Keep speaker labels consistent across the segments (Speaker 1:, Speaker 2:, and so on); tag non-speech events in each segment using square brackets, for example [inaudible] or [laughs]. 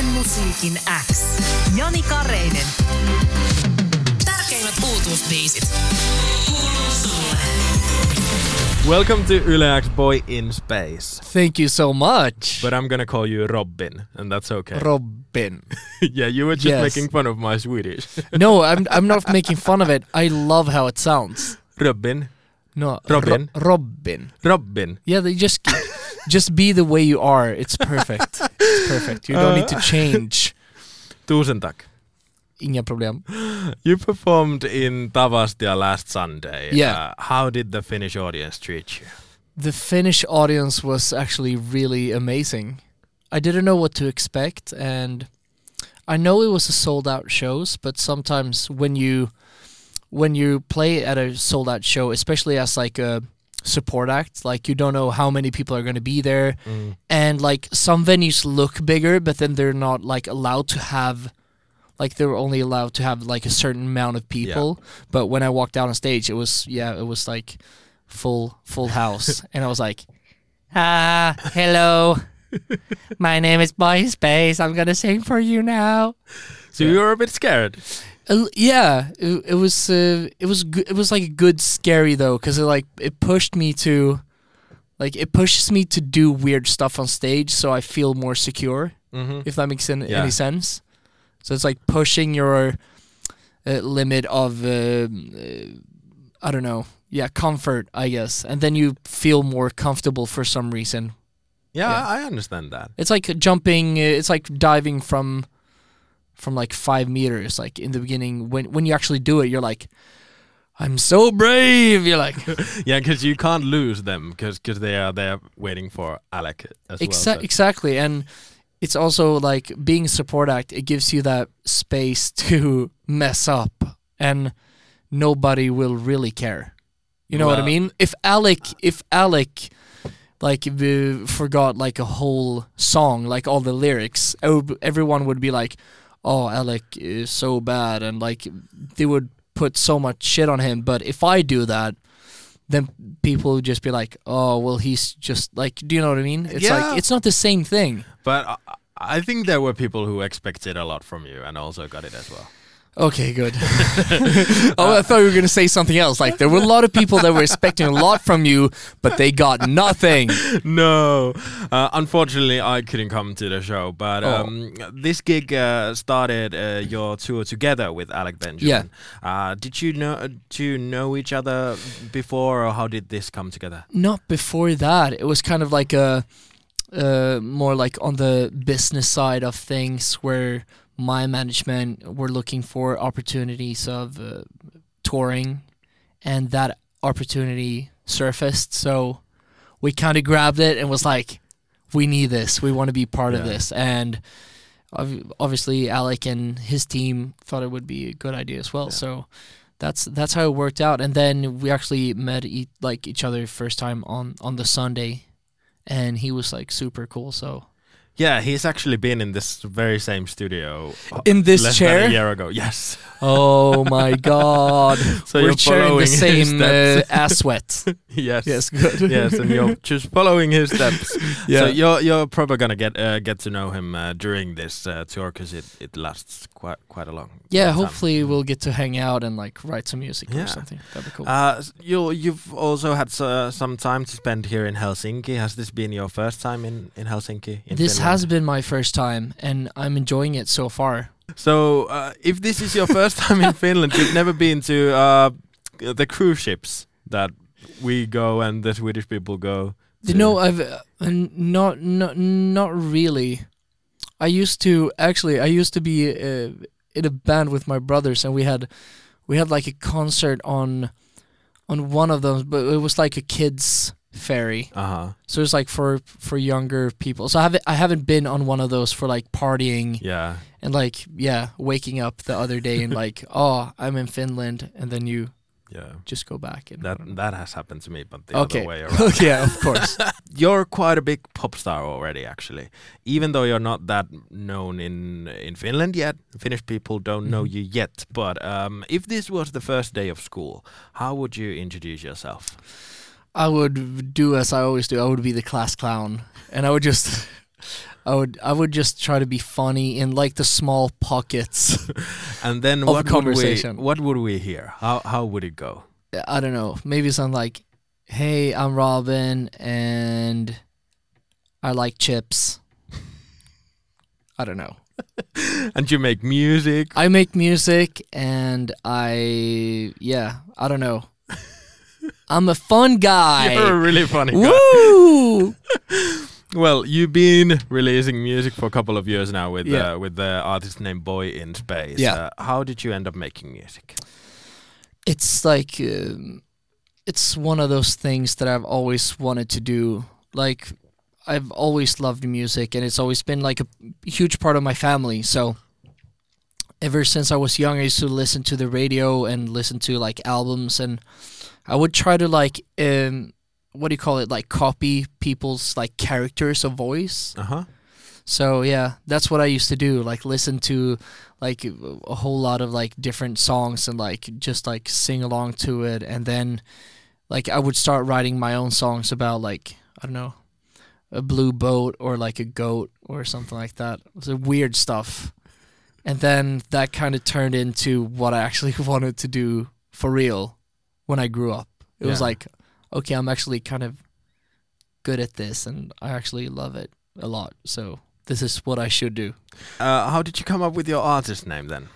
Speaker 1: Musiikin X. Jani Kareinen. Tärkeimmät uutuusbiisit. Kuuluu sulle.
Speaker 2: Welcome to Yle X Boy in Space.
Speaker 3: Thank you so much,
Speaker 2: But I'm gonna call you Robin, and that's okay.
Speaker 3: Robin.
Speaker 2: [laughs] yeah, you were just
Speaker 3: Yes.
Speaker 2: making fun of my Swedish. [laughs]
Speaker 3: No, I'm I'm not making fun of it. I love how it sounds.
Speaker 2: Robin.
Speaker 3: No,
Speaker 2: Robin.
Speaker 3: Ro- Robin.
Speaker 2: Robin.
Speaker 3: Yeah, they just just be the way you are. It's perfect. It's perfect. You don't need
Speaker 2: Uh.
Speaker 3: to change.
Speaker 2: Tusen tack.
Speaker 3: Inga problem.
Speaker 2: You performed in Tavastia last Sunday.
Speaker 3: Yeah.
Speaker 2: Uh, how did the Finnish audience treat you?
Speaker 3: The Finnish audience was actually really amazing. I didn't know what to expect, and I know it was a sold out shows, but sometimes when you when you play at a sold out show, especially as like a support act, like you don't know how many people are going to be there, and like some venues look bigger, but then they're not like allowed to have. Like they were only allowed to have like a certain amount of people, but when I walked down on stage, it was yeah, it was like full full house, and I was like, ah, hello, my name is Boy Space. I'm gonna sing for you now.
Speaker 2: So you were a bit scared.
Speaker 3: Uh, yeah, it, it was uh, it was go- it was like a good scary though, because it like it pushed me to, like it pushes me to do weird stuff on stage, so I feel more secure.
Speaker 2: Mhm.
Speaker 3: If that makes an-
Speaker 2: Yeah.
Speaker 3: any sense. So it's like pushing your uh, limit of um, uh, I don't know, yeah, comfort, I guess, and then you feel more comfortable for some reason.
Speaker 2: Yeah,
Speaker 3: Yeah.
Speaker 2: I I understand that.
Speaker 3: It's like jumping. uh, It's like diving from, from like five meters. Like in the beginning, when when you actually do it, you're like, I'm so brave. You're like,
Speaker 2: Yeah, because you can't lose them because they are there waiting for Alec as
Speaker 3: Exa-
Speaker 2: well. so-
Speaker 3: exactly, and it's also like being a support act. It gives you that space [laughs] to mess up, and nobody will really care. You know what I
Speaker 2: Well-
Speaker 3: mean? If Alec, if Alec, like v- forgot like a whole song, like all the lyrics, ev- everyone would be like, "Oh, Alec is so bad," and like they would put so much shit on him. But if I do that. Then people would just be like, "Oh, well, he's just like, do you know what I mean? It's
Speaker 2: Yeah.
Speaker 3: like it's not the same thing."
Speaker 2: But I, I think there were people who expected a lot from you and also got it as well.
Speaker 3: Okay, good. [laughs] oh, I thought you were gonna say something else. Like there were a lot of people that were expecting a lot from you, but they got nothing. [laughs]
Speaker 2: [laughs] no. Uh, unfortunately, I couldn't come to the show, but
Speaker 3: Oh.
Speaker 2: um, this gig uh, started uh, your tour together with Alec Benjamin. Yeah. Uh, did you know to know each other before, or how did this come together?
Speaker 3: Not before that. It was kind of like a uh, more like on the business side of things, where my management were looking for opportunities of uh, touring, and that opportunity surfaced. So we kind of grabbed it and was like, "We need this. We want to be part of
Speaker 2: Yeah.
Speaker 3: this." And ob- obviously, Alec and his team thought it would be a good idea as well. So that's that's how it worked out. And then we actually met e- like each other first time on on the Sunday, and he was like super cool. So
Speaker 2: Yeah, he's actually been in this very same studio uh,
Speaker 3: in this
Speaker 2: less
Speaker 3: chair,
Speaker 2: than a year ago. Yes. [laughs]
Speaker 3: oh my god,
Speaker 2: So
Speaker 3: we're
Speaker 2: you're
Speaker 3: sharing
Speaker 2: following
Speaker 3: the
Speaker 2: his
Speaker 3: same uh,
Speaker 2: steps. [laughs]
Speaker 3: ass sweat.
Speaker 2: yes.
Speaker 3: [laughs]
Speaker 2: [laughs]
Speaker 3: yes, good.
Speaker 2: yes, and
Speaker 3: [laughs]
Speaker 2: you're just following his steps.
Speaker 3: Yeah.
Speaker 2: So you're you're probably gonna get uh, get to know him uh, during this uh, tour because it, it lasts quite quite a long.
Speaker 3: Yeah,
Speaker 2: long time.
Speaker 3: hopefully we'll get to hang out and like write some music
Speaker 2: Yeah.
Speaker 3: or something. That'd be cool.
Speaker 2: Uh, s- you you've also had uh, some time to spend here in Helsinki. Has this been your first time in in Helsinki? In
Speaker 3: this
Speaker 2: Finland?
Speaker 3: has been my first time, and I'm enjoying it so far.
Speaker 2: So uh, if this is your first time in Finland, you've never been to uh, the cruise ships that we go and the Swedish people go.
Speaker 3: You
Speaker 2: to.
Speaker 3: know, I've uh, n- not not not really. I used to actually. I used to be uh, in a band with my brothers, and we had we had like a concert on on one of them, but it was like a kids ferry.
Speaker 2: Uh-huh.
Speaker 3: So it's like for for younger people. So I haven't I haven't been on one of those for like partying
Speaker 2: Yeah.
Speaker 3: and like yeah, waking up the other day
Speaker 2: [laughs]
Speaker 3: and like oh I'm in Finland, and then you
Speaker 2: Yeah.
Speaker 3: just go back and
Speaker 2: That that has happened to me, but the
Speaker 3: okay
Speaker 2: other
Speaker 3: [laughs]
Speaker 2: way around.
Speaker 3: okay yeah of course
Speaker 2: you're quite a big pop star already actually even though you're not that known in in finland yet finnish people don't know
Speaker 3: Mm-hmm.
Speaker 2: you yet but um, if this was the first day of school how would you introduce yourself
Speaker 3: I would do as I always do. I would be the class clown, and I would just, I would I would just try to be funny in like the small
Speaker 2: [laughs]
Speaker 3: pockets.
Speaker 2: And then
Speaker 3: [laughs] Of
Speaker 2: what would
Speaker 3: conversation.
Speaker 2: we what would we hear? How how would it go?
Speaker 3: I don't know. Maybe something like, "Hey, I'm Robin, and I like chips." I don't know.
Speaker 2: And you make music.
Speaker 3: I make music, and I yeah, I don't
Speaker 2: [laughs]
Speaker 3: know. I'm a fun guy.
Speaker 2: You're a really funny guy.
Speaker 3: Woo!
Speaker 2: Well, you've been releasing music for a couple of years now with
Speaker 3: Yeah.
Speaker 2: uh, with the artist named Boy in Space.
Speaker 3: Yeah.
Speaker 2: Uh, how did you end up making music?
Speaker 3: it's like um, it's one of those things that I've always wanted to do. Like I've always loved music, and it's always been like a huge part of my family. So ever since I was young, I used to listen to the radio and listen to like albums, and I would try to like um, what do you call it? Like copy people's like characters of voice.
Speaker 2: Uh huh.
Speaker 3: So yeah, that's what I used to do. Like listen to like a whole lot of like different songs and like just like sing along to it, and then like I would start writing my own songs about like I don't know a blue boat or like a goat or something like that. It was weird stuff, and then that kind of turned into what I actually [laughs] wanted to do for real when I grew up. It was
Speaker 2: Yeah.
Speaker 3: like okay, I'm actually kind of good at this, and I actually love it a lot. So this is what I should do.
Speaker 2: Uh, how did you come up with your artist name then?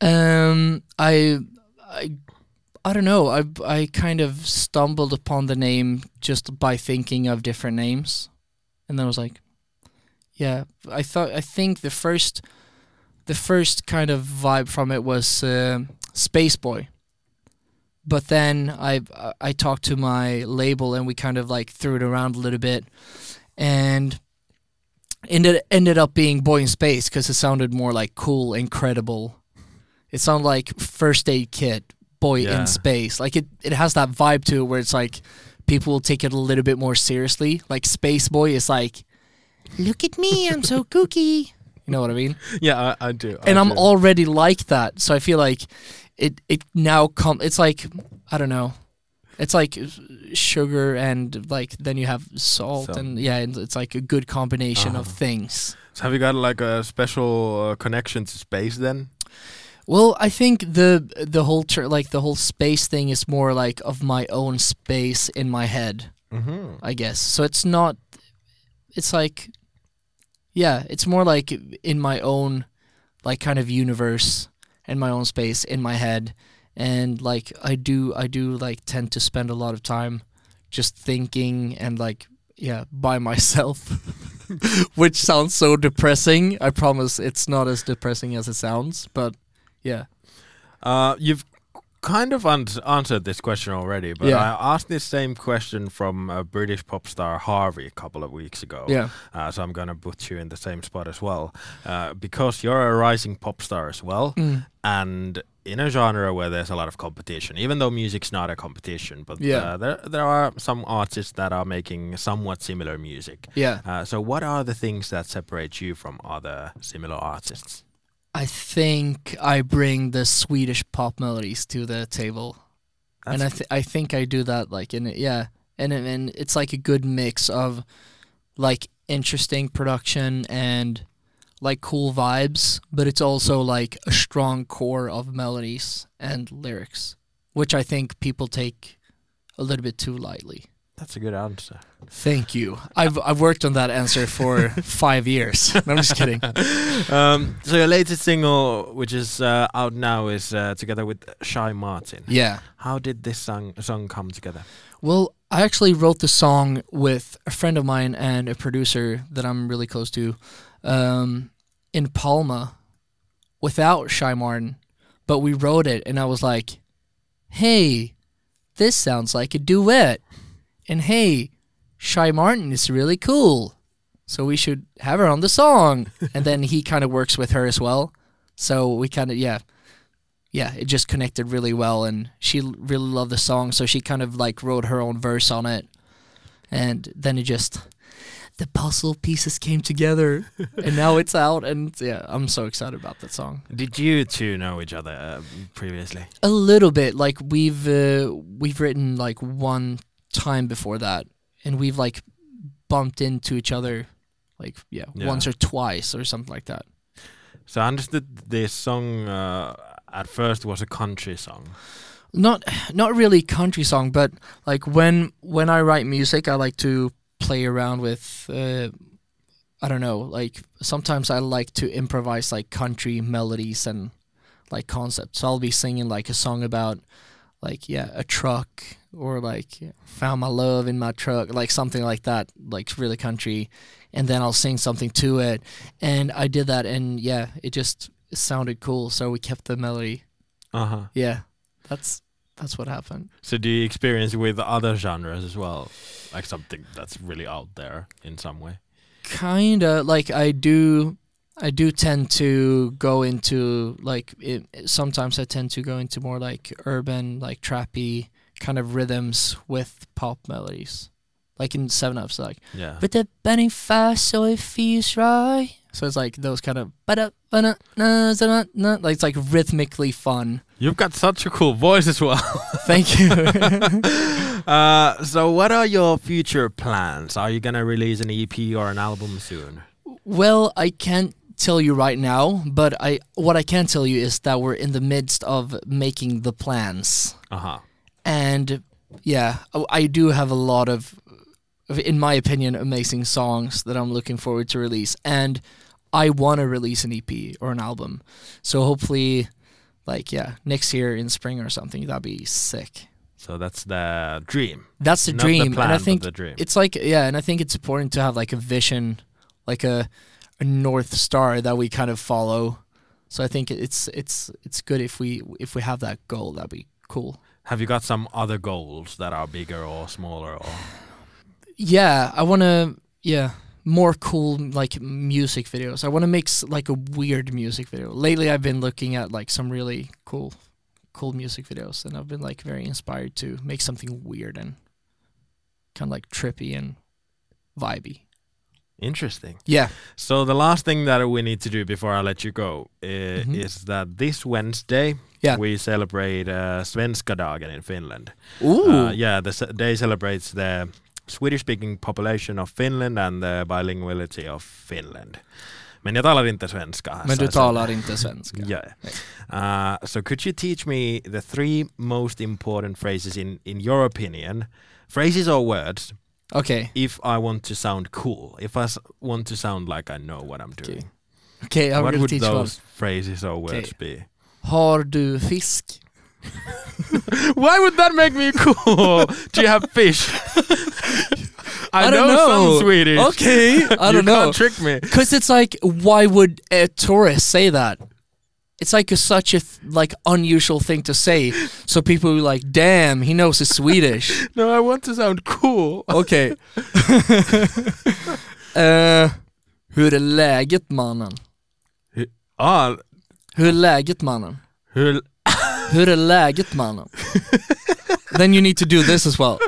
Speaker 3: Um, I, I, I don't know. I I kind of stumbled upon the name just by thinking of different names, and then I was like, yeah. I thought I think the first, the first kind of vibe from it was um Space Boy. But then I I- I talked to my label and we kind of like threw it around a little bit, and ended ended up being Boy in Space because it sounded more like cool and credible. It sounded like first aid kit, boy
Speaker 2: Yeah.
Speaker 3: in space. Like it, it has that vibe to it where it's like people will take it a little bit more seriously. Like Space Boy is like, look at me, I'm so kooky. [laughs] You know what I mean?
Speaker 2: Yeah, I, I do.
Speaker 3: and I'm already like that, so I feel like it it now come. It's like I don't know. It's like sugar and like then you have salt
Speaker 2: Salt.
Speaker 3: and yeah, and it's like a good combination of
Speaker 2: Uh-huh.
Speaker 3: things.
Speaker 2: So have you got like a special uh, connection to space then?
Speaker 3: Well, I think the the whole tr- like the whole space thing is more like of my own space in my head,
Speaker 2: Mm-hmm.
Speaker 3: I guess. So it's not. It's like, yeah, it's more like in my own, like kind of universe and my own space in my head, and like I do, I do like tend to spend a lot of time just thinking and like yeah by [laughs] myself. Which sounds so depressing. I promise it's not as depressing as it sounds, but yeah.
Speaker 2: Uh, you've kind of ans answered this question already, but
Speaker 3: Yeah.
Speaker 2: I asked this same question from uh, British pop star Harvey a couple of weeks ago.
Speaker 3: Yeah.
Speaker 2: Uh, so I'm gonna put you in the same spot as well, uh, because you're a rising pop star as well,
Speaker 3: Mm.
Speaker 2: and in a genre where there's a lot of competition. Even though music's not a competition, but
Speaker 3: Yeah.
Speaker 2: uh, there there are some artists that are making somewhat similar music.
Speaker 3: Yeah.
Speaker 2: Uh, so what are the things that separate you from other similar artists?
Speaker 3: I think I bring the Swedish pop melodies to the table. and I,
Speaker 2: That's-
Speaker 3: th- I think I do that like in it, yeah. And it- and it's like a good mix of like interesting production and like cool vibes, but it's also like a strong core of melodies and lyrics, which I think people take a little bit too lightly.
Speaker 2: that's a good answer.
Speaker 3: Thank you. I've I've worked on that answer [laughs] for 5 years. No, I'm just kidding.
Speaker 2: um, so your latest single, which is uh, out now, is uh, together with Shy Martin.
Speaker 3: Yeah.
Speaker 2: How did this song song come together?
Speaker 3: Well, I actually wrote the song with a friend of mine and a producer that I'm really close to um, in Palma without Shy Martin, but we wrote it and I was like, hey, this sounds like a duet. And hey, Shy Martin is really cool. So we should have her on the song. and then he kind of works with her as well. So we kind of, yeah yeah, it just connected really well, and she l- really loved the song, so she kind of like wrote her own verse on it, and then it just the puzzle pieces came [laughs] together, and now it's out, and yeah, I'm so excited about that song.
Speaker 2: Did you two know each other uh, previously?
Speaker 3: A little bit, like we've uh, we've written like one time before that, and we've like bumped into each other like yeah,
Speaker 2: Yeah.
Speaker 3: once or twice or something like that.
Speaker 2: So I understood this song uh, at first was a country song.
Speaker 3: Not not really country song, but like when when I write music, I like to play around with. Uh, I don't know. Like sometimes I like to improvise like country melodies and like concepts. So I'll be singing like a song about like yeah a truck or like found my love in my truck like something like that like really country and then i'll sing something to it and i did that and yeah it just sounded cool so we kept the melody
Speaker 2: Uh huh.
Speaker 3: yeah that's that's what happened
Speaker 2: So do you experience with other genres as well, like something that's really out there in some way?
Speaker 3: kind of like i do i do tend to go into like it, sometimes i tend to go into more like urban like trappy kind of rhythms with pop melodies like in seven ups like
Speaker 2: Yeah.
Speaker 3: But the bunny fast, so it feels right. So it's like those kind of ba-da, ba-da, na, za-da, na. like it's like rhythmically fun.
Speaker 2: You've got such a cool voice as well. [laughs]
Speaker 3: Thank you. [laughs]
Speaker 2: uh, so what are your future plans? Are you gonna release an EP or an album soon?
Speaker 3: well, I can't tell you right now, but I what I can tell you is that we're in the midst of making the plans.
Speaker 2: Uh huh.
Speaker 3: and yeah, I- I do have a lot of, of- in my opinion, amazing songs that I'm looking forward to release, and I want to release an EP or an album. So hopefully, like yeah, next year in spring or something, that'd be sick.
Speaker 2: So that's the dream.
Speaker 3: That's the
Speaker 2: Not the
Speaker 3: dream,
Speaker 2: plan,
Speaker 3: and I
Speaker 2: but
Speaker 3: think
Speaker 2: the dream.
Speaker 3: it's like yeah, and I think it's important to have like a vision, like a, a north star that we kind of follow. So I think it's it's it's good if we if we have that goal, that'd be cool.
Speaker 2: Have you got some other goals that are bigger or smaller or?
Speaker 3: yeah i want to yeah more cool like music videos i want to make s- like a weird music video lately i've been looking at like some really cool cool music videos and i've been like very inspired to make something weird and kind of like trippy and vibey
Speaker 2: Interesting.
Speaker 3: yeah
Speaker 2: So the last thing that we need to do before I let you go uh, is that this Wednesday
Speaker 3: Yeah.
Speaker 2: we celebrate uh, Svenska dagen in Finland.
Speaker 3: ooh
Speaker 2: Uh, yeah, the s- day celebrates the Swedish-speaking population of Finland and the bilinguality of Finland. Men jag talar inte svenska.
Speaker 3: men
Speaker 2: så-
Speaker 3: du
Speaker 2: så-
Speaker 3: talar inte svenska
Speaker 2: Yeah. Uh, so could you teach me the three most important phrases in, in your opinion, phrases or words,
Speaker 3: okay
Speaker 2: if I want to sound cool, if I s- want to sound like I know what I'm doing?
Speaker 3: okay i'm
Speaker 2: what
Speaker 3: gonna
Speaker 2: would
Speaker 3: teach
Speaker 2: those
Speaker 3: one
Speaker 2: phrases or words
Speaker 3: [laughs]
Speaker 2: be?
Speaker 3: har du fisk
Speaker 2: Why would that make me [laughs] cool? Do you have fish? [laughs] I,
Speaker 3: I don't know.
Speaker 2: some Swedish.
Speaker 3: okay i
Speaker 2: you
Speaker 3: don't know
Speaker 2: Can't trick me.
Speaker 3: Because it's like, why would a tourist say that? It's like a, such a th- like unusual thing to say. So people are like, "Damn, he knows his
Speaker 2: [laughs]
Speaker 3: Swedish."
Speaker 2: No, I want to sound cool.
Speaker 3: [laughs] okay. uh, hur är läget mannen?
Speaker 2: Ah,
Speaker 3: Hur är läget mannen?
Speaker 2: hur,
Speaker 3: Hur är läget mannen? Then you need to do this as well.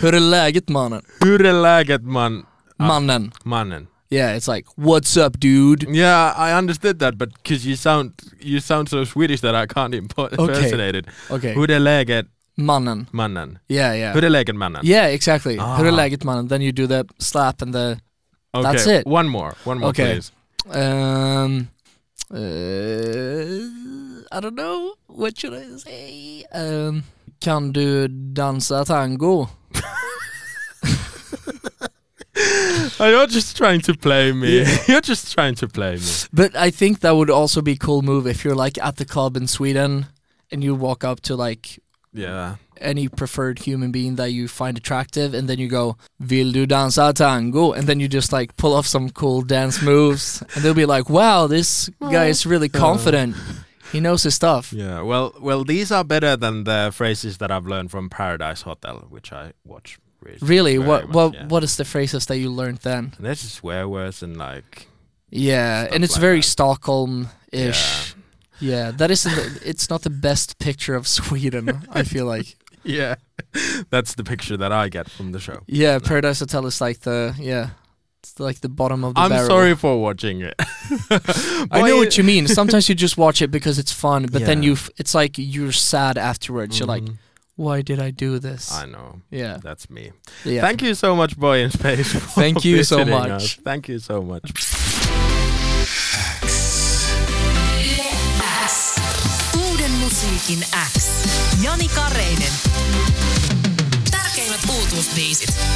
Speaker 3: Hur är läget mannen?
Speaker 2: hur är läget man,
Speaker 3: Mannen.
Speaker 2: mannen?
Speaker 3: Yeah, it's like, what's up dude?
Speaker 2: Yeah, I understood that, but because you sound you sound so Swedish that I can't impo- impersonate it.
Speaker 3: Okay.
Speaker 2: Hur är läget
Speaker 3: Mannen.
Speaker 2: mannen?
Speaker 3: Yeah, yeah.
Speaker 2: Hur är läget mannen?
Speaker 3: Yeah, exactly.
Speaker 2: Ah.
Speaker 3: Hur är läget mannen? Then you do the slap and the
Speaker 2: okay,
Speaker 3: that's it.
Speaker 2: One more, one more,
Speaker 3: Okay.
Speaker 2: please.
Speaker 3: um uh, I don't know what should I say? Um, kan du dansa tango?
Speaker 2: Oh, you're just trying to play me. [laughs] you're just trying to play me.
Speaker 3: But I think that would also be a cool move if you're like at the club in Sweden and you walk up to like
Speaker 2: Yeah.
Speaker 3: any preferred human being that you find attractive and then you go vill du dansa tango and then you just like pull off some cool dance moves and they'll be like wow this guy is really confident he knows his stuff
Speaker 2: Yeah, well, well, these are better than the phrases that I've learned from Paradise Hotel, which I watch. Really?
Speaker 3: Really?
Speaker 2: very
Speaker 3: What
Speaker 2: much,
Speaker 3: what
Speaker 2: yeah.
Speaker 3: what is the phrases that you learned then?
Speaker 2: And there's just swear words and like,
Speaker 3: Yeah,
Speaker 2: Stuff
Speaker 3: and it's
Speaker 2: like
Speaker 3: very
Speaker 2: that.
Speaker 3: Stockholm ish. Yeah. that isn't. the- it's not the best picture of [laughs] Sweden. I feel like.
Speaker 2: yeah, [laughs] that's the picture that I get from the show. [laughs]
Speaker 3: Yeah, Paradise Hotel is like the yeah, it's like the bottom of the
Speaker 2: I'm
Speaker 3: barrel.
Speaker 2: sorry for watching it.
Speaker 3: [laughs] I know what you
Speaker 2: [laughs]
Speaker 3: mean. Sometimes you just watch it because it's fun, but then
Speaker 2: Yeah.
Speaker 3: you f- it's like you're sad afterwards. You're like, why did I do this?
Speaker 2: Mm-hmm. I know.
Speaker 3: yeah.
Speaker 2: That's me.
Speaker 3: yeah.
Speaker 2: Thank you so much, Boy in Space. for
Speaker 3: Thank you so
Speaker 2: visiting
Speaker 3: much.
Speaker 2: us. Thank you so much.
Speaker 1: X. Uuden musiikin X. Jani Kareinen. Tärkeimmät uutuusbiisit.